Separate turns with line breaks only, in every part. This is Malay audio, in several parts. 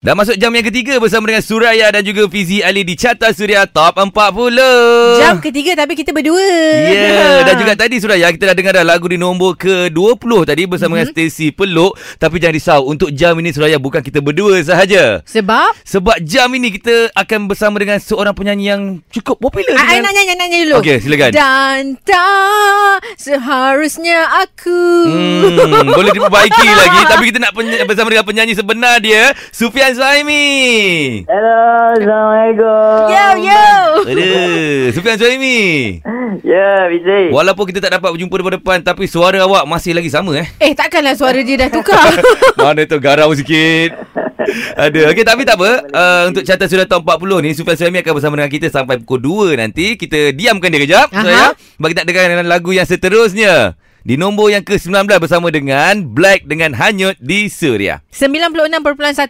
Dah masuk jam yang ketiga bersama dengan Suraya dan juga Fizi Ali di Carta Suria Top 40.
Jam ketiga tapi kita berdua.
Ya, yeah. dan juga tadi Suraya kita dah dengar dah lagu di nombor ke-20 tadi bersama mm-hmm.
Mhm.
dengan Stacy Peluk. Tapi jangan risau, untuk jam ini Suraya bukan kita berdua sahaja.
sebab
Sebab jam ini kita akan bersama dengan seorang penyanyi yang cukup popular
Ah,
dengan...
I, I nak nyanyi, nak nyanyi dulu.
Okey, silakan.
Dan tak seharusnya aku.
Hmm, boleh diperbaiki lagi Tapi kita nak peny- bersama dengan penyanyi sebenar dia Sufian Suhaimi
Hello, Assalamualaikum.
Yo, yo.
Aduh, Sufian Suhaimi
Ya, Fizik.
Walaupun kita tak dapat berjumpa depan-depan Tapi suara awak masih lagi sama eh
Eh, takkanlah suara dia dah tukar.
Mana tu garau sikit Ada Okey tapi tak apa uh, Untuk carta sudah tahun 40 ni Sufian Suhaimi akan bersama dengan kita Sampai pukul 2 nanti Kita diamkan dia kejap
Aha.
Suraya Bagi tak dengar dengan lagu yang seterusnya Di nombor yang ke-19 Bersama dengan Black dengan Hanyut di Suria
96.1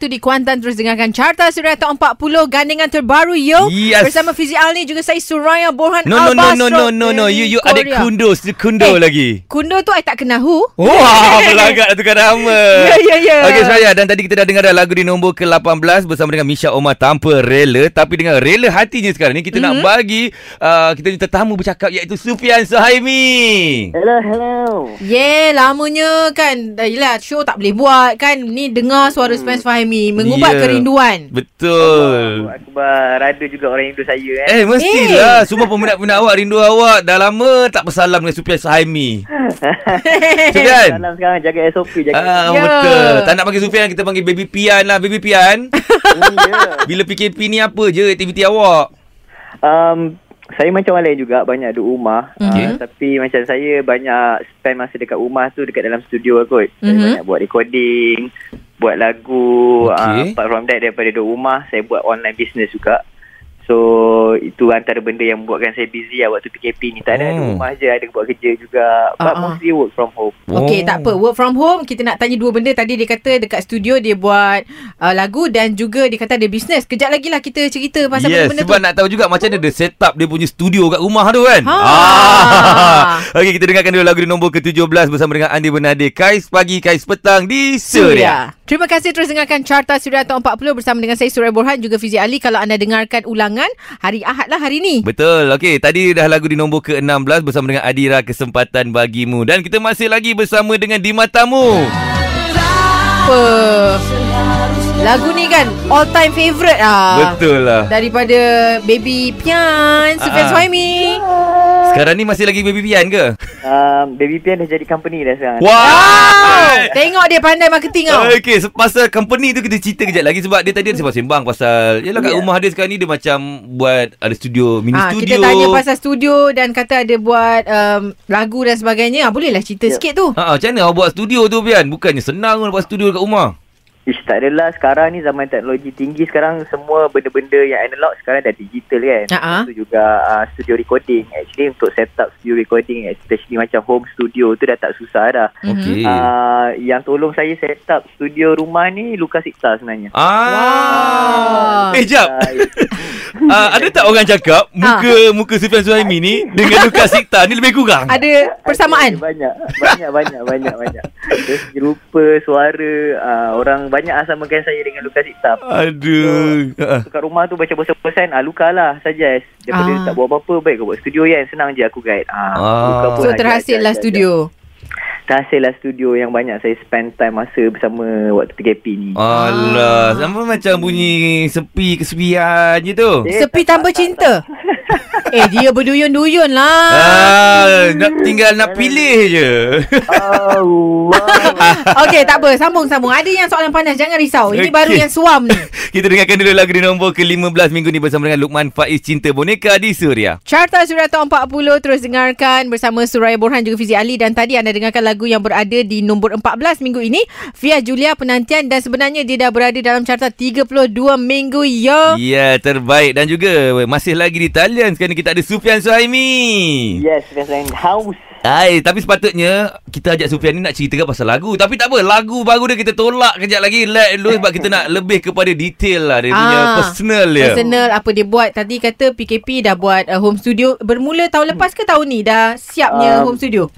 di Kuantan terus dengarkan Carta Suria Top 40 gandengan terbaru yo
Yes.
bersama Fizi Alni juga saya Suraya Borhan
No no no
Alba
no no no no You you adik kundo Kundo
Eh.
lagi
Kundo tu I tak kenal who
Wah, belagak tu kan, nama.
Ya, ya, ya.
Eh. Okey, Suraya. Dan tadi kita dah dengar dah lagu di nombor ke-18 bersama dengan Misha Omar tanpa rela. Tapi dengan rela hatinya sekarang ni, kita mm-hmm. nak bagi uh, kita ni tetamu bercakap iaitu Sufian Suhaimi.
Hello, hello.
Yeah, lamanya kan dah Yelah, show tak boleh buat kan Ni dengar suara Spence Fahmi Mengubat
Hmm. Ya.
yeah. kerinduan
Betul.
Allahu Akbar. Ada juga orang rindu saya eh.
Eh, mestilah. Semua peminat-peminat awak rindu awak. Dah lama tak bersalam dengan Sufian Suhaimi. Sufian.
Salam sekarang jaga SOP jaga.
kan? Ah,
Ya.
betul. Tak nak panggil Sufian, kita panggil Baby Pian lah. Baby Pian,
Hmm, ya.
bila PKP ni apa je aktiviti awak?
Um saya macam orang lain juga banyak duduk rumah
Mhm.
uh, tapi macam saya banyak spend masa dekat rumah tu dekat dalam studio lah kot. Saya
Mhm.
banyak buat recording, buat lagu.
Okey.
Okay. Uh, apart from that daripada duduk rumah, saya buat online business juga. So itu antara benda yang buatkan saya busy lah waktu PKP ni. Tak ada
Hmm.
hmm. rumah je, ada buat kerja juga.
Oh. Ah,
But
ah.
mostly work from home.
Okay, tak apa. Work from home, kita nak tanya dua benda. Tadi dia kata dekat studio dia buat uh, lagu dan juga dia kata ada bisnes. Kejap lagi lah kita cerita pasal
yes,
benda-benda
sebab
tu.
nak tahu juga macam mana dia set up dia punya studio kat rumah tu kan. Ah.
Ha.
Okey, kita dengarkan dulu lagu di nombor ke-17 bersama dengan Andi Benadir. Kais pagi, Kais petang di Suria.
Ya. Terima kasih terus dengarkan Carta Suria Top 40 bersama dengan saya Surya Borhan juga Fizi Ali. Kalau anda dengarkan ulangan, hari Ahad lah hari ni.
Betul. Okey, tadi dah lagu di nombor ke-16 bersama dengan Adira Kesempatan Bagimu. Dan kita masih lagi bersama dengan Dimatamu.
Apa? Lagu ni kan all time favourite lah.
Betul lah.
Daripada Baby Pian, Sufian
Ah.
Suhaimi.
Sekarang ni masih lagi Baby Pian ke?
Um, Baby Pian dah jadi company dah
Ya.
sekarang.
Wow.
Wow!
Tengok dia pandai marketing tau.
Okey, se- pasal company tu kita cerita kejap lagi sebab dia tadi ada sembang-sembang pasal yalah kat
Ya.
rumah dia sekarang ni dia macam buat ada studio, mini
Ah,
studio.
Kita tanya pasal studio dan kata ada buat um, lagu dan sebagainya. Ah, bolehlah cerita
Ya.
sikit tu.
Ha, macam mana awak buat studio tu Pian? Bukannya senang pun buat studio dekat rumah.
Ish, tak adalah sekarang ni zaman teknologi tinggi sekarang semua benda-benda yang analog sekarang dah digital kan.
Ha-ha.
Lepas Tu juga uh, studio recording. Actually untuk set up studio recording especially macam home studio tu dah tak susah dah.
Mhm.
Okey.
Uh, yang tolong saya set up studio rumah ni Lukas Iksa sebenarnya.
Ah.
Wow. Ah.
Eh jap.
Uh,
Uh, ada tak orang cakap muka muka Sufian Suhaimi ni dengan Lukas Sikta ni lebih kurang?
Ada
ya,
persamaan.
Banyak Banyak banyak banyak banyak Dari segi rupa Suara uh, Orang banyak lah samakan saya Dengan Lukas Ikta
Aduh. Ha.
Dekat rumah tu baca bosan-bosan ah, Luka lah suggest Daripada
Ah.
tak buat apa-apa Baik kau buat studio kan Senang je aku guide
Ah.
ah, Luka pun
So
ajak,
terhasil
ajak,
lah
ajak,
studio.
ajak. Terhasil lah studio Yang banyak saya spend time Masa bersama Waktu PKP ni
Ah. Alah, sama macam bunyi sepi kesepian je tu.
Eh,
Sepi tanpa cinta. eh dia berduyun-duyun lah.
Ah, nak tinggal nak pilih je.
Oh, Allah
Okey tak apa sambung-sambung. Ada yang soalan panas jangan risau. Ini
Okey.
baru yang suam ni.
Kita dengarkan dulu lagu di nombor ke-15 minggu ni bersama dengan Lukman Faiz Cinta Boneka di Suria.
Carta Suria Top 40 terus dengarkan bersama Suraya Borhan juga Fizi Ali dan tadi anda dengarkan lagu yang berada di nombor 14 minggu ini Fia Julia Penantian dan sebenarnya dia dah berada dalam carta 32 minggu ya.
Ya, terbaik dan juga masih lagi di talian sekarang ni kita ada Sufian Suhaimi.
Yes That's in house
Hai, tapi sepatutnya kita ajak Sufian ni nak ceritakan pasal lagu. Tapi tak apa, lagu baru dia kita tolak kejap lagi. Let dulu sebab kita nak lebih kepada detail lah dia punya
Ah,
personal dia.
Personal apa dia buat Tadi
Ah.
kata PKP dah buat uh, home studio Bermula tahun lepas ke tahun ni Dah siapnya
Um,
home studio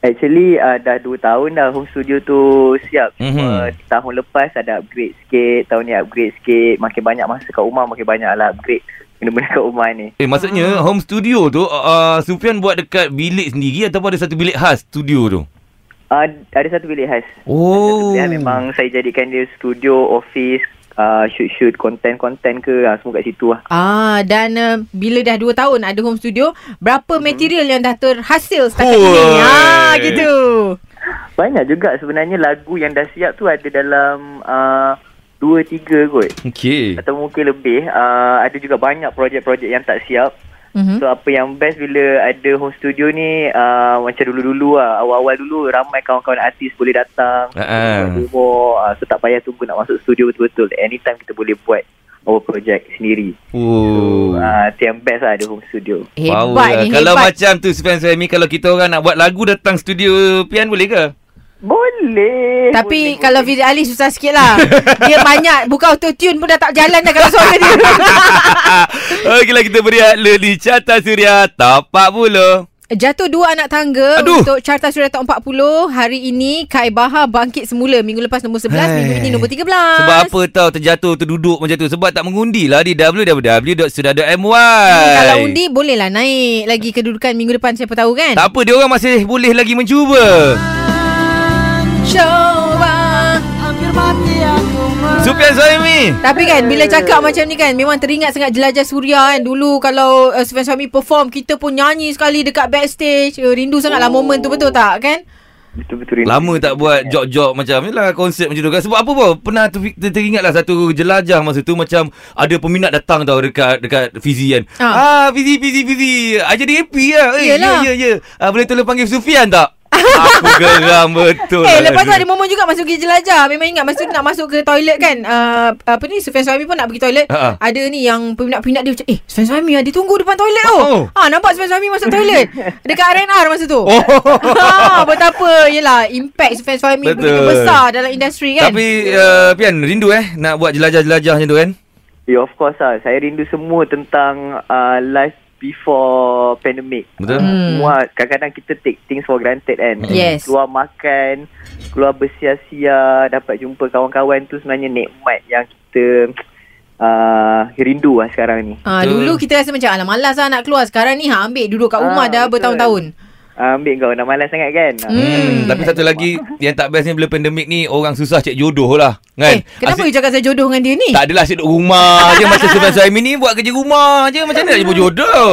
Actually uh, dah 2 tahun dah home studio tu siap.
Mhm.
Mm-hmm. Uh, tahun lepas ada upgrade sikit, tahun ni upgrade sikit. Makin banyak masa kat rumah, makin banyak lah upgrade benda-benda kat rumah ni.
Eh
Ah.
maksudnya home studio tu uh, Sufian buat dekat bilik sendiri ataupun ada satu bilik khas studio tu?
Uh, ada satu bilik khas.
Oh.
Dia memang saya jadikan dia studio, office, uh, shoot-shoot, konten-konten ke, uh, semua kat situ lah.
Ah dan uh, bila dah 2 tahun ada home studio,
Hmm.
berapa material yang dah terhasil setakat
Hui.
ini? Ah gitu.
Banyak juga sebenarnya lagu yang dah siap tu ada dalam uh, 2-3 kot.
Okey.
Atau mungkin lebih. Uh, ada juga banyak projek-projek yang tak siap.
Mhm.
So apa yang best bila ada home studio ni uh, macam dulu-dulu lah. Awal-awal dulu ramai kawan-kawan artis boleh datang.
Ha-ha.
Demo, uh, so tak payah tunggu nak masuk studio betul-betul. Anytime kita boleh buat our project sendiri.
Oh.
So, uh, itu yang best lah ada home studio.
Hebat
Power lah.
ni,
Kalau
hebat.
macam tu Sufian Suhaimi Kalau kita orang nak buat lagu Datang studio Pian boleh ke? Eh,
Boleh.
Tapi
boleh,
kalau
boleh.
Fizik Ali susah sikit lah Dia banyak Buka autotune pun dah tak jalan dah Kalau suara dia
Okeylah kita beri adla di Carta Suria Top
Ah.
40
Jatuh dua anak tangga
Aduh.
Untuk Carta Suria Top 40 Hari ini Kai Bahar bangkit semula Minggu lepas nombor 11
Hai.
Minggu ini nombor 13
Sebab apa tau terjatuh terduduk macam tu Sebab tak mengundi lah di www.sudah.my
Hmm, Kalau undi bolehlah naik lagi kedudukan minggu depan siapa tahu kan
Tak apa dia orang masih boleh lagi mencuba
Coba Ah.
Sufian Suhaimi
Tapi kan bila cakap macam ni kan Memang teringat sangat jelajah suria kan Dulu kalau uh, Sufian Suami perform Kita pun nyanyi sekali dekat backstage uh, Rindu sangatlah oh. momen tu betul tak kan
Betul-betul. rindu.
Lama tak buat jog-jog macam ni lah konsep macam tu kan. Sebab apa pun pernah tu ter- teringat lah satu jelajah masa tu macam ada peminat datang tau dekat dekat Fizi kan.
Ha.
Ah, Fizi Fizi Fizi. Ah jadi happy lah. Eh, ya
Yelah.
ya ya. Ah, boleh tolong panggil Sufian tak? Aku geram betul.
Eh
lah
lepas tu
aku.
ada momen juga Masuk pergi jelajah Memang ingat Masa tu nak masuk ke toilet kan uh, Apa ni Sufian Suhaimi pun nak pergi toilet
Ha-ha.
Ada ni yang Peminat-peminat dia macam Eh Sufian Suhaimi lah Dia tunggu depan toilet tu
Oh.
ha, Nampak Sufian Suhaimi masuk toilet Dekat RNR masa tu
Oh.
ha, Betapa Yelah Impact Sufian Suhaimi
Betul.
Begitu besar Dalam industri kan
Tapi uh, Pian rindu eh nak buat jelajah-jelajah macam tu kan.
Ya, yeah, of course lah. Saya rindu semua tentang uh, life before pandemic.
Betul.
Uh,
Hmm.
Semua kadang-kadang kita take things for granted kan.
Yes.
Keluar makan, keluar bersia-sia, dapat jumpa kawan-kawan tu sebenarnya nikmat yang kita uh, rindu lah sekarang ni.
Ah,
Betul.
dulu kita rasa macam alah malas lah nak keluar. Sekarang ni ha ambil duduk kat rumah
Ah,
dah
betul.
bertahun-tahun.
Uh, ambil kau, dah malas sangat kan? Ah,
Hmm. Tapi satu lagi yang tak best ni bila pandemik ni orang susah cek jodoh lah
Eh,
kan.
kenapa you cakap saya jodoh dengan dia ni?
tak adalah asyik duduk rumah je Macam Sufian Suhaimi ni Buat kerja rumah je Macam mana nak jumpa jodoh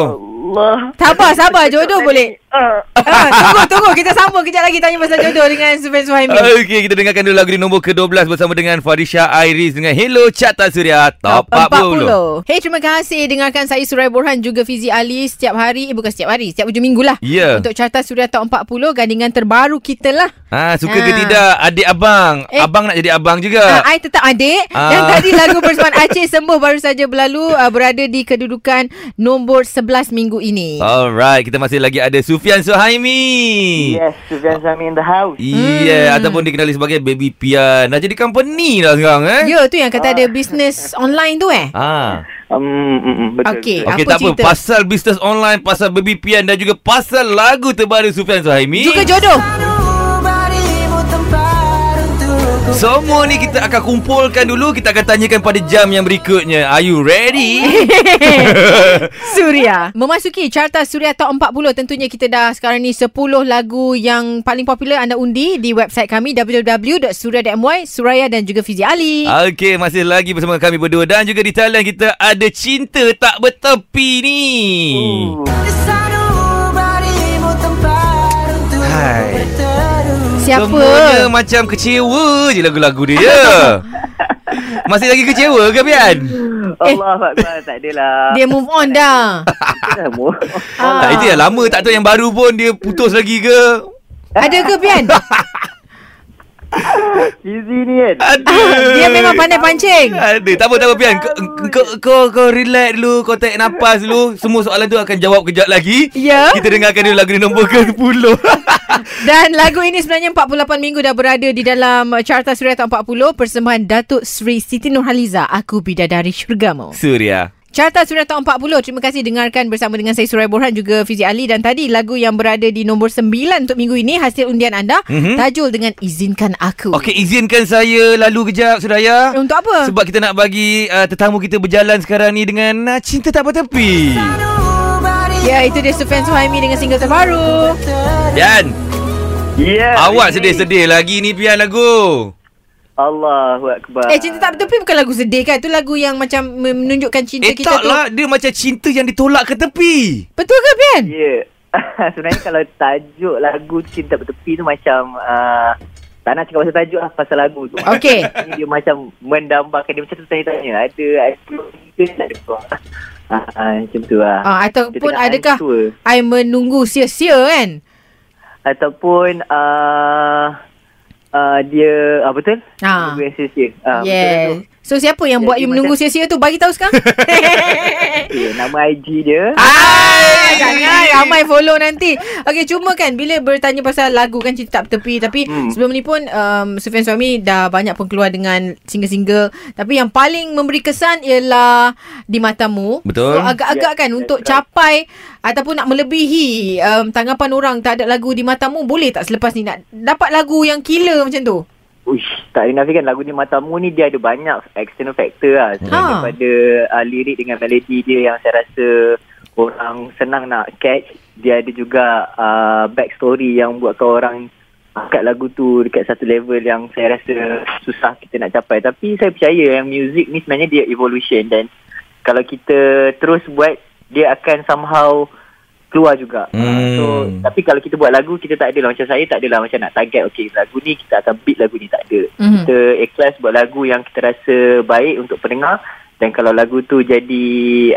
Allah.
Sabar, sabar. Jodoh boleh.
Uh.
ah, tunggu, tunggu. Kita sambung kejap lagi tanya pasal jodoh dengan Sufian Suhaimi.
Okey, kita dengarkan dulu lagu di nombor ke-12 bersama dengan Farisha Iris dengan Hello Carta Suria Top 40.
40. Hey, terima kasih dengarkan saya Surai Borhan juga Fizi Ali setiap hari, eh, bukan setiap hari, setiap hujung minggu lah.
Ya.
Untuk carta Suria Top 40 gandingan terbaru kita lah.
Ha, suka ke
Ah.
tidak adik abang?
Eh.
Abang nak jadi abang
Uh,
juga.
I tetap adik
Ya.
uh.
Ah.
Dan tadi lagu persembahan Aceh Sembuh Baru saja berlalu uh, Berada di kedudukan Nombor 11 minggu ini
Ah. Alright, kita masih lagi ada Sufian Suhaimi.
Yes, Sufian Sami in the house.
Hmm.
Yeah, ataupun dikenali sebagai Baby Pian. Dah jadi company dah sekarang eh.
Ya tu yang kata ada bisnes online tu eh
Ah.
Um, mm, mm, betul.
Okey.
betul.
Okey,
apa
tak apa.
cerita?
Pasal bisnes online, pasal Baby Pian dan juga pasal lagu terbaru Sufian Suhaimi.
Juga jodoh
Semua ni kita akan kumpulkan dulu Kita akan tanyakan pada jam yang berikutnya Are you ready?
Suria Memasuki carta Suria Top 40 Tentunya kita dah sekarang ni 10 lagu yang paling popular anda undi Di website kami www.suria.my Suraya dan juga Fizi Ali
Okey, masih lagi bersama kami berdua Dan juga di talian kita ada Cinta Tak Bertepi ni
Hmm.
Hai Semuanya
Siapa?
macam kecewa je lagu-lagu dia ya. Masih lagi kecewa ke Pian?
Allah Akbar, tak
Eh.
adalah.
Dia move on dah
Kita dah mu-
Ah.
Tak, itu yang lama tak tahu yang baru pun dia putus lagi ke
Ada ke Pian?
Busy ni kan.
Aduh
Ah, Dia memang pandai pancing
Ada. Tak apa, tak apa Pian. Kau, kau, kau, kau relax dulu. Kau tarik nafas dulu. Semua soalan tu akan jawab kejap lagi.
Ya.
Kita dengarkan dulu lagu di nombor ke-10.
Dan lagu ini sebenarnya 48 minggu dah berada di dalam uh, Carta Suria Top 40 Persembahan Datuk Sri Siti Nurhaliza Aku Bidadari Syurgamu
Surya.
Carta Suria Tahun 40. Terima kasih dengarkan bersama dengan saya Surai Borhan juga Fizi Ali dan tadi lagu yang berada di nombor 9 untuk minggu ini hasil undian anda
Mhm.
mm-hmm. tajul dengan Izinkan Aku.
Okey, izinkan saya lalu kejap, Suraya.
Untuk apa?
Sebab kita nak bagi uh, tetamu kita berjalan sekarang ni dengan uh, Cinta Tak Bertepi.
Ya, itu dia Sufian Suhaimi dengan single terbaru.
Pian,
Yeah.
Ah. awak sedih-sedih lagi ni Pian lagu.
Allahu Akbar.
Eh, Cinta Tak Bertepi bukan lagu sedih kan? Itu lagu yang macam menunjukkan cinta
Eh
kita tu.
taklah, dia macam cinta yang ditolak ke tepi.
Betul ke, Pian?
Ya. Yeah. Sebenarnya kalau tajuk lagu Cinta Bertepi tu macam... Uh, tak nak cakap pasal tajuk lah, pasal lagu tu.
Okey.
Ini dia macam mendambakan, dia macam tu tanya-tanya. Ada, ada, ada, ada. Ah, ah, macam tu lah.
Ah, ataupun
Dia tengah
adakah
tua.
I menunggu sia-sia kan?
Ataupun uh, uh, dia... Ah, betul?
Ah.
Lagu yang sia-sia. Ah, betul tu.
yeah. So siapa yang
Jadi
buat you menunggu
macam-
sia-sia tu? Bagi tahu sekarang.
Okay, nama IG dia.
Ah, jangan ramai follow nanti. Okey, cuma kan bila bertanya pasal lagu kan cinta tak bertepi tapi hmm.
Hmm.
sebelum ni pun um, Sufian Suami dah banyak pun keluar dengan single-single tapi yang paling memberi kesan ialah di matamu.
Betul.
So agak-agak
Ya,
kan
that's
untuk
right.
capai ataupun nak melebihi um, tanggapan orang tak ada lagu di matamu boleh tak selepas ni nak dapat lagu yang killer macam tu?
Uish, tak boleh nafikan lagu ni Matamu ni dia ada banyak external factor lah. Selain
Ha.
ha. daripada uh, lirik dengan melodi dia yang saya rasa orang senang nak catch. Dia ada juga uh, backstory yang buatkan orang angkat lagu tu dekat satu level yang saya rasa susah kita nak capai. Tapi saya percaya yang music ni sebenarnya dia evolution dan kalau kita terus buat dia akan somehow keluar juga.
Hmm.
Hmm. So tapi kalau kita buat lagu kita tak adalah macam saya tak adalah macam nak target okey lagu ni kita akan beat lagu ni tak ada.
Mhm.
Mm-hmm. Kita ikhlas buat lagu yang kita rasa baik untuk pendengar dan kalau lagu tu jadi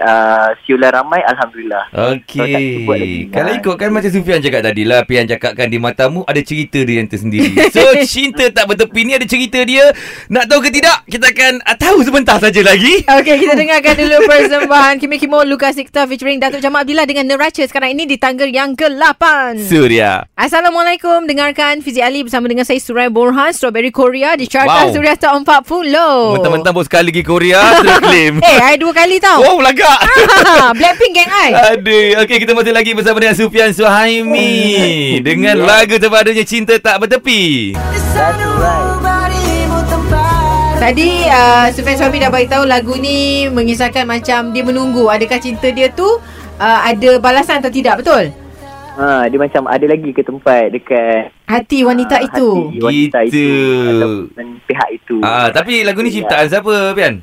uh, siulan ramai alhamdulillah. Kalau tak, kita
Okey.
buat lagi.
Kalau
Ha.
ikutkan macam Sufian cakap tadi lah. Pian cakapkan di matamu ada cerita dia yang tersendiri. So, cinta tak bertepi ni ada cerita dia. Nak tahu ke tidak? Kita akan uh, tahu sebentar saja lagi.
Okey, kita dengarkan dulu persembahan Kimi Kimo Lukas Sikta featuring Datuk Jamal Abdillah dengan Neraca sekarang ini di tangga yang ke-8.
Surya.
Assalamualaikum. Dengarkan Fizi Ali bersama dengan saya Surai Borhan, Strawberry Korea di Carta wow.
Wow.
Suria Top 40.
Mentang-mentang baru sekali pergi Korea, terus claim.
Oh. Eh, I dua kali tau.
Oh, belagak.
Blackpink geng I.
Aduh. Okey, kita masih lagi bersama dengan Sufian Suhaimi. Dengan lagu terbarunya Cinta Tak Bertepi.
Tadi uh, Sufian Suami dah bagi tahu lagu ni mengisahkan macam dia menunggu adakah cinta dia tu uh, ada balasan atau tidak, betul?
Ha, dia macam ada lagi ke tempat dekat
Hati wanita
ah,
itu.
hati wanita
Gitu.
itu ataupun pihak itu.
Ah, tapi lagu ni
Ya.
ciptaan siapa, Pian?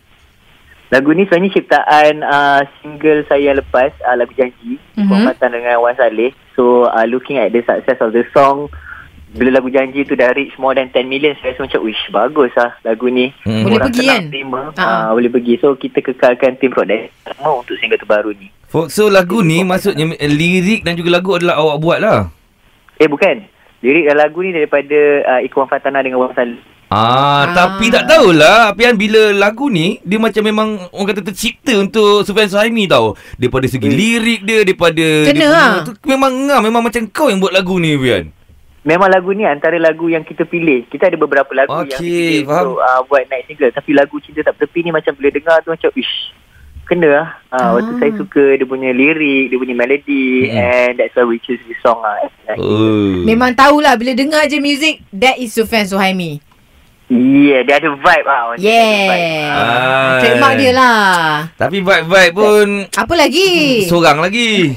Lagu ni sebenarnya ciptaan uh, single saya yang lepas uh, lagu Janji
Mhm.
mm-hmm. Muhammad dengan Wan Saleh. So uh, looking at the success of the song bila lagu Janji tu dah reach more than 10 million saya rasa macam wish bagus lah lagu ni.
Hmm.
Boleh
Orang
pergi,
senang
kan?
Terima.
Ha.
Uh, boleh pergi. So kita kekalkan tim produk oh, untuk single terbaru ni.
Folk- So, lagu ni maksudnya eh, lirik dan juga lagu adalah awak buat lah.
Eh bukan. Lirik dan lagu ni daripada uh, Ikuan Fatana dengan Wan Saleh.
Ah,
Ah.
tapi tak tahulah Pian bila lagu ni dia macam memang orang kata tercipta untuk Sufian Suhaimi tau. Daripada segi lirik dia, daripada
Kena
dia
lah.
tu memang ngah, memang macam kau yang buat lagu ni Pian.
Memang lagu ni antara lagu yang kita pilih. Kita ada beberapa lagu yang
Okey,
kita pilih
faham.
untuk uh, buat night single. Tapi lagu Cinta Tak Bertepi ni macam bila dengar tu macam, ish, kena lah. Uh, ah. Waktu
Ah.
saya suka dia punya lirik, dia punya melody.
Mm-mm.
And that's why we choose this song lah.
Mm-hmm. Oh.
Memang tahulah bila dengar je music that is Sufian Suhaimi.
Yeah, dia ada vibe lah. Macam dia ada vibe.
Yeah.
Hai.
Trademark dia lah.
Tapi vibe-vibe pun
Apa lagi?
seorang lagi.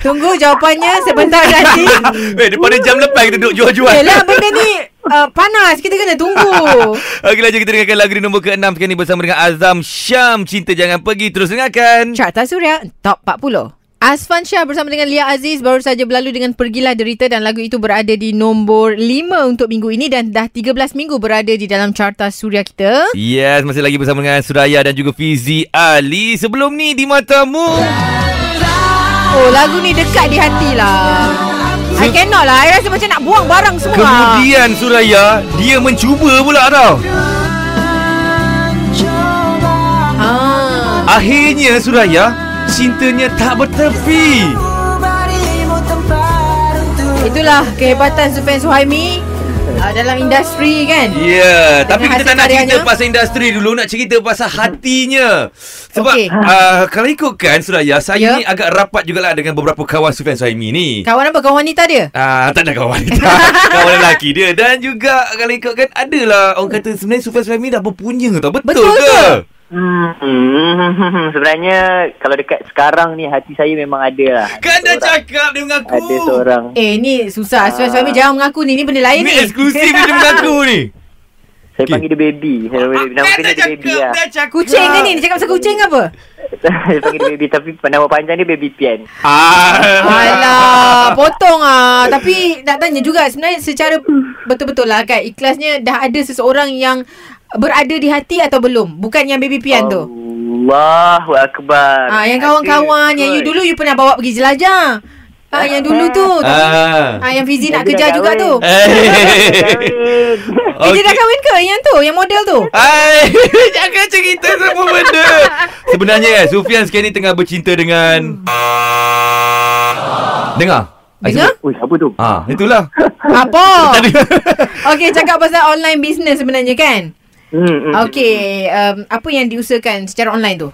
Tunggu jawapannya sebentar lagi.
Weh, daripada jam lepas kita duduk jual-jual.
Yelah benda ni uh, panas. Kita kena tunggu.
Okey lah, jom kita dengarkan lagu di nombor ke-6 sekarang ni bersama dengan Azam Syam. Cinta Jangan Pergi. Terus dengarkan.
Carta Suria Top 40. Asfan Shah bersama dengan Lia Aziz baru saja berlalu dengan Pergilah Derita dan lagu itu berada di nombor 5 untuk minggu ini dan dah 13 minggu berada di dalam carta suria kita.
Yes, masih lagi bersama dengan Suraya dan juga Fizi Ali. Sebelum ni di matamu.
Oh, lagu ni dekat di hati lah. I cannot lah. I rasa macam nak buang barang semua.
Kemudian Suraya Dia mencuba pula tau
Ah.
Akhirnya Suraya Cintanya tak bertepi
Itulah kehebatan Sufian Suhaimi uh, dalam industri kan.
Ya, yeah.
Dengan
tapi kita
hasil
tak nak cerita
karyanya.
pasal industri dulu, nak cerita pasal hatinya. Sebab okay.
Okey.
uh, kalau ikutkan Suraya, saya
Ya.
yeah. ni agak rapat jugalah dengan beberapa kawan Sufian Suhaimi ni.
Kawan apa? Kawan wanita dia?
Ah, tak ada kawan wanita Kawan lelaki dia Dan juga Kalau ikutkan Adalah Orang kata sebenarnya Sufian Suhaimi dah berpunya tau Betul,
Betul
ke?
ke?
Hmm, hmm, sebenarnya kalau dekat sekarang ni hati saya memang ada lah.
Kan dah
Seorang-
cakap Dia mengaku
Ada seorang.
Eh ni susah. Aswan
Ah.
suami jangan mengaku ni. Ni benda lain
Ni
ni.
eksklusif Dia mengaku ni
Saya
Okey.
panggil dia baby. Saya panggil- Nama
Kan
dia
dah
dia baby
cakap
lah.
Dah cakap
ah. Kucing ke ni? Dia cakap pasal kucing ke apa?
saya panggil dia baby tapi nama panjang dia baby pian.
Ah.
Alah, potong ah. Tapi nak tanya juga sebenarnya secara betul-betul lah kan ikhlasnya dah ada seseorang yang berada di hati atau belum? Bukan yang baby pian
Oh.
tu.
Allahu Akbar.
Ah, yang kawan-kawan yang you dulu you pernah bawa pergi jelajah. Ah, yang dulu tu.
Ah.
Ah, yang Fizi nak kejar juga tu.
Eh.
Okay. Eh, dia dah
Okey.
kahwin ke yang tu? Yang model tu?
Hai, jangan cerita semua benda. Sebenarnya eh, Sufian sekarang ni tengah bercinta dengan Dengar?
Dengar?
Ui, apa tu?
Ah, itulah.
Apa?
Tadi.
Okey, cakap pasal online business sebenarnya kan?
Hmm, hmm.
Okey, um, apa yang diusahakan secara online tu?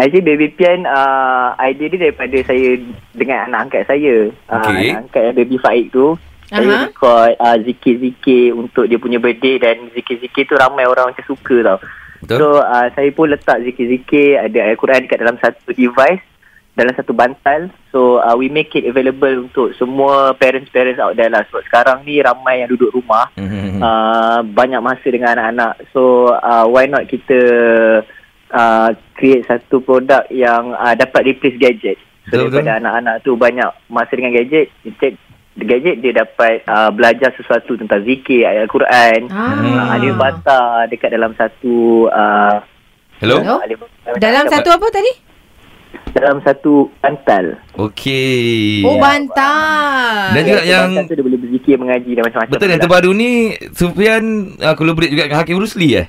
Actually Baby Pian uh, idea dia daripada saya dengan anak angkat saya. Uh,
Okey.
Anak angkat yang Baby Faik tu. Saya
Aha.
record uh, zikir-zikir untuk dia punya birthday dan zikir-zikir tu ramai orang macam suka tau.
Betul.
So uh, saya pun letak zikir-zikir ada Al-Quran dekat dalam satu device dalam satu bantal. So uh, we make it available untuk semua parents-parents out there lah. Sebab sekarang ni ramai yang duduk rumah
Mhm.
uh, banyak masa dengan anak-anak. So uh, why not kita uh, create satu produk yang uh, dapat replace gadget. So
Betul,
daripada anak-anak tu banyak masa dengan gadget, instead gadget dia dapat uh, belajar sesuatu tentang zikir, ayat Al-Quran, uh,
Ah.
alif bata dekat dalam satu uh,
Hello?
Hello?
alif bata
Dalam
dekat-
satu apa tadi?
dalam satu bantal.
Okey.
Oh, bantal.
Dan juga
Satu
yang-
bantal tu dia boleh berzikir, mengaji dan macam-macam.
Betul yang
pula.
terbaru ni Sufian uh, collaborate juga dengan Hakim Rusli eh?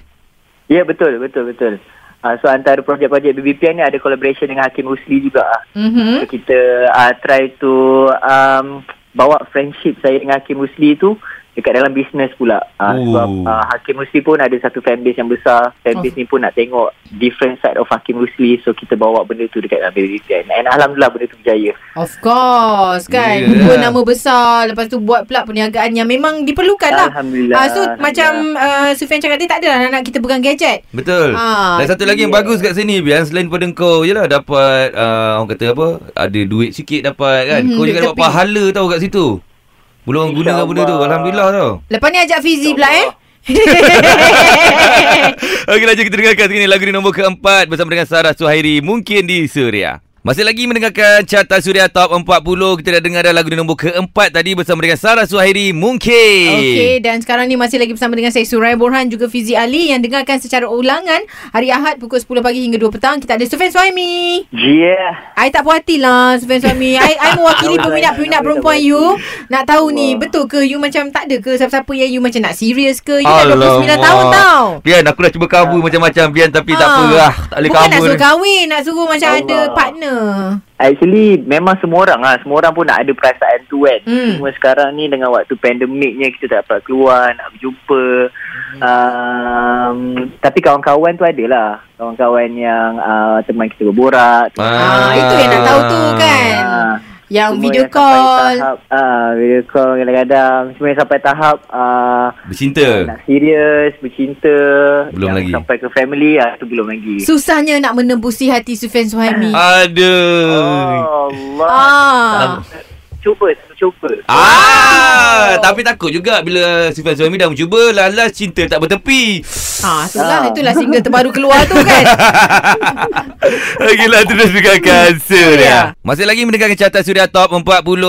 Ya betul betul betul. Uh, so antara projek-projek BBPN ni ada collaboration dengan Hakim Rusli juga. ah.
Mhm.
So kita uh, try to um, bawa friendship saya dengan Hakim Rusli tu dekat dalam bisnes pula. Uh,
Ooh.
sebab uh, Hakim Rusli pun ada satu fanbase yang besar. Fanbase ni pun nak tengok different side of Hakim Rusli. So kita bawa benda tu dekat dalam BBPN. And Alhamdulillah benda tu berjaya.
Of course kan
Yeah.
yeah. Dua nama besar Lepas tu buat pula perniagaan Yang memang diperlukan lah
Alhamdulillah,
Ah, So
Alhamdulillah.
macam uh, Sufian cakap tadi Tak adalah nak kita pegang gadget
Betul.
Ah,
Dan satu lagi yang
iya.
bagus kat sini Bian selain pada kau jelah dapat uh, orang kata apa ada duit sikit dapat kan.
Mhm,
kau juga
duit
dapat
tepi.
pahala tau kat situ. Belum orang guna
InsyaAllah.
benda tu. Alhamdulillah tau.
Lepas ni ajak Fizi pula eh
Okey lanjut kita dengarkan sekali lagu di nombor keempat bersama dengan Sarah Suhairi mungkin di Suria. Masih lagi mendengarkan Carta Suria Top 40. Kita dah dengar dah lagu di nombor keempat tadi bersama dengan Sarah Suhairi mungkin.
Okey dan sekarang ni masih lagi bersama dengan saya Surai Borhan juga Fizi Ali yang dengarkan secara ulangan hari Ahad pukul 10 pagi hingga 2 petang kita ada Sufian Suhaimi.
Yeah.
I tak puas hati lah Sufian Suhaimi. I, I mewakili peminat-peminat perempuan you. Nak tahu ni betul ke you macam tak ada ke siapa-siapa yang you macam nak serius ke? You dah 29 tahun tau.
Bian aku dah cuba cover macam-macam Bian tapi tak
Ah.
apa lah. Tak boleh
Bukan
cover.
nak suruh
ni.
kahwin Nak suruh macam Allah. ada
Allah.
partner
Actually memang semua orang lah. Semua orang pun nak ada perasaan tu kan.
Hmm.
Cuma sekarang ni dengan waktu pandemiknya kita tak dapat keluar, nak berjumpa.
Hmm.
Um, tapi kawan-kawan tu adalah. Kawan-kawan yang uh, teman kita berborak.
Ah.
ah. Itu yang nak tahu tu kan
Ah.
Yang
Cuma
video
sampai
call
Tahap, uh, video call kadang-kadang. Cuma yang sampai tahap uh,
Bercinta.
nak serius, bercinta.
Eh. Belum
yang
lagi.
Sampai ke family, uh, tu belum lagi.
Susahnya nak menembusi hati Sufian Suhaimi
Ah. Aduh.
Oh,
Ah,
Allah. Cuba, cuba.
Ah, tapi takut juga bila Sifan suami dah mencuba lalas cinta tak bertepi.
ah itulah
Ah.
itulah single terbaru keluar tu kan.
Okeylah terus dengarkan
Suria.
Masih lagi mendengarkan carta Suria Top 40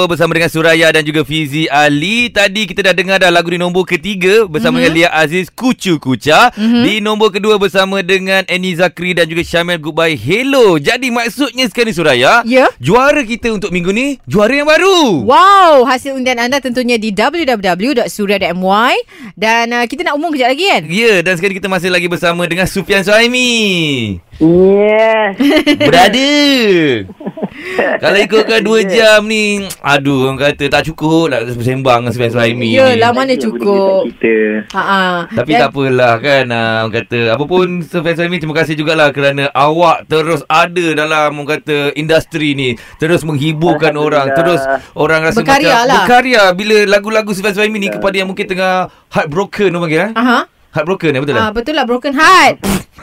bersama dengan Suraya dan juga Fizi Ali. Tadi kita dah dengar dah lagu di nombor ketiga bersama mm-hmm. dengan Lia Aziz Kucu Kucha. Mm-hmm. Di nombor kedua bersama dengan Annie Zakri dan juga Syamil Goodbye Hello. Jadi maksudnya sekarang ni Suraya,
Ya.
juara kita untuk minggu ni juara yang baru.
Wow, hasil undian anda tentunya di www.surya.my dan uh, kita nak umum kejap lagi kan.
Ya, dan sekarang kita masih lagi bersama dengan Sufian Suhaimi.
Yes.
Brother Kalau ikutkan 2 jam ni Aduh orang kata tak cukup Nak bersembang dengan Sven Saimi ni.
Yelah, Ya, lah, mana
Kita boleh
cukup?
dekat Kita.
Ha
Tapi tak apalah kan ah, Orang kata Apa pun Sir Faisal Amin Terima kasih jugalah Kerana awak terus ada Dalam orang kata Industri ni Terus menghiburkan orang
Alhamdulillah.
Terus orang rasa
Berkarya
macam
lah.
Berkarya Bila lagu-lagu Sir Faisal Amin ni Kepada yang mungkin tengah Heartbroken orang panggil eh?
Aha.
Heartbroken eh betul
Ah,
lah
betul lah broken heart.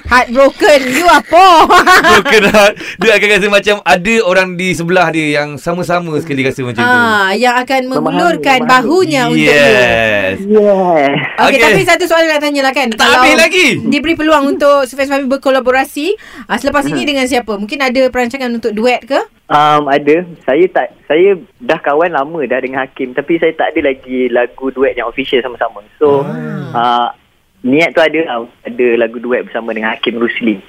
Heartbroken you are poor.
Broken heart Dia akan rasa macam Ada orang di sebelah dia Yang sama-sama sekali rasa macam tu
ah, yang akan mengulurkan
Memahami,
bahunya untuk you.
Yes
Yes.
Okay.
Okay, tapi satu soalan nak tanya lah kan
Tak habis lagi.
Diberi peluang untuk Sufis Fahmi berkolaborasi uh, Selepas ini dengan siapa? Mungkin ada perancangan untuk duet ke?
Um, ada. Saya tak saya dah kawan lama dah dengan Hakim tapi saya tak ada lagi lagu duet yang official sama-sama. So ah. uh, niat tu ada lah. ada lagu duet bersama dengan Hakim Rusli.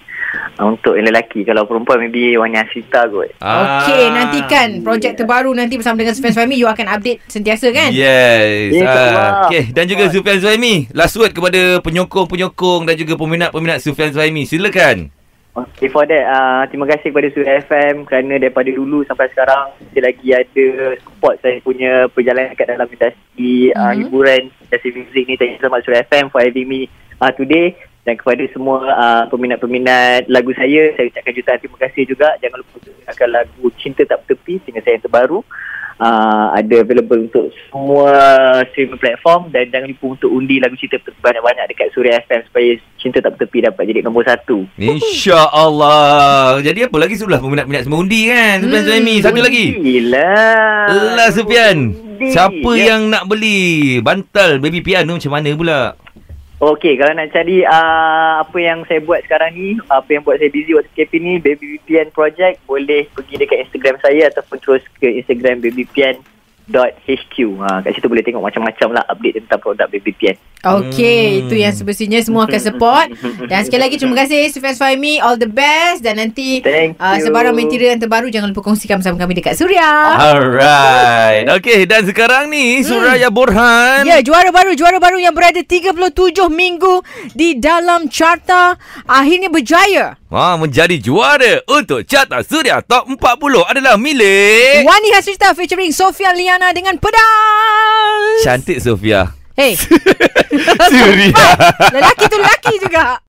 Uh, untuk yang lelaki kalau perempuan maybe Wani Asrita kot.
Ah.
Okay, nantikan projek terbaru nanti bersama dengan Sufis Fahmi You akan update sentiasa kan?
Yes.
Ya, Kak
ah.
Wah.
Okey, dan juga Sufian Zuhaimi. Last word kepada penyokong-penyokong dan juga peminat-peminat Sufian Zuhaimi. Silakan.
Okay, for that, uh, terima kasih kepada Suria FM kerana daripada dulu sampai sekarang saya lagi ada support saya punya perjalanan kat dalam industri mm-hmm. uh, hiburan, industri muzik ni. Thank you so much Suria FM for having me uh, today dan kepada semua uh, peminat-peminat lagu saya, saya ucapkan jutaan terima kasih juga. Jangan lupa untuk dengarkan lagu Cinta Tak Bertepi, single saya yang terbaru. Uh, ada available untuk semua streaming platform dan jangan lupa untuk undi lagu Cinta Tak Bertepi banyak-banyak dekat Suria FM supaya Cinta Tak Bertepi dapat jadi nombor satu.
InsyaAllah. Jadi apa lagi sebelah peminat-peminat semua undi kan? Sufian
Hmm,
Zuhaimi. Satu lagi.
Gila.
Lah Sufian.
Ah, Undi.
Siapa
Ya.
yang nak beli bantal baby piano macam mana pula?
Okey, kalau nak cari uh, apa yang saya buat sekarang ni, apa yang buat saya busy waktu KP ni, Baby VPN Project, boleh pergi dekat Instagram saya ataupun terus ke Instagram babypn.hq. Ha, kat situ boleh tengok macam-macam lah update tentang produk Baby PN.
Okay,
Hmm.
itu yang semestinya semua akan support Dan sekali lagi terima kasih Sufis Fahmi All the best Dan nanti
Thank
uh,
you.
sebarang material yang terbaru Jangan lupa kongsikan bersama kami dekat Suria
Alright. Okey, dan sekarang ni Suraya Borhan.
Hmm. Ya, juara baru, juara baru yang berada 37 minggu di dalam carta akhirnya berjaya.
Ha, menjadi juara untuk carta Suria Top 40 adalah milik...
Wani Hasrita featuring Sofia Liana dengan pedas.
Cantik Sofia.
Hey,
Suria.
lelaki tu lelaki juga.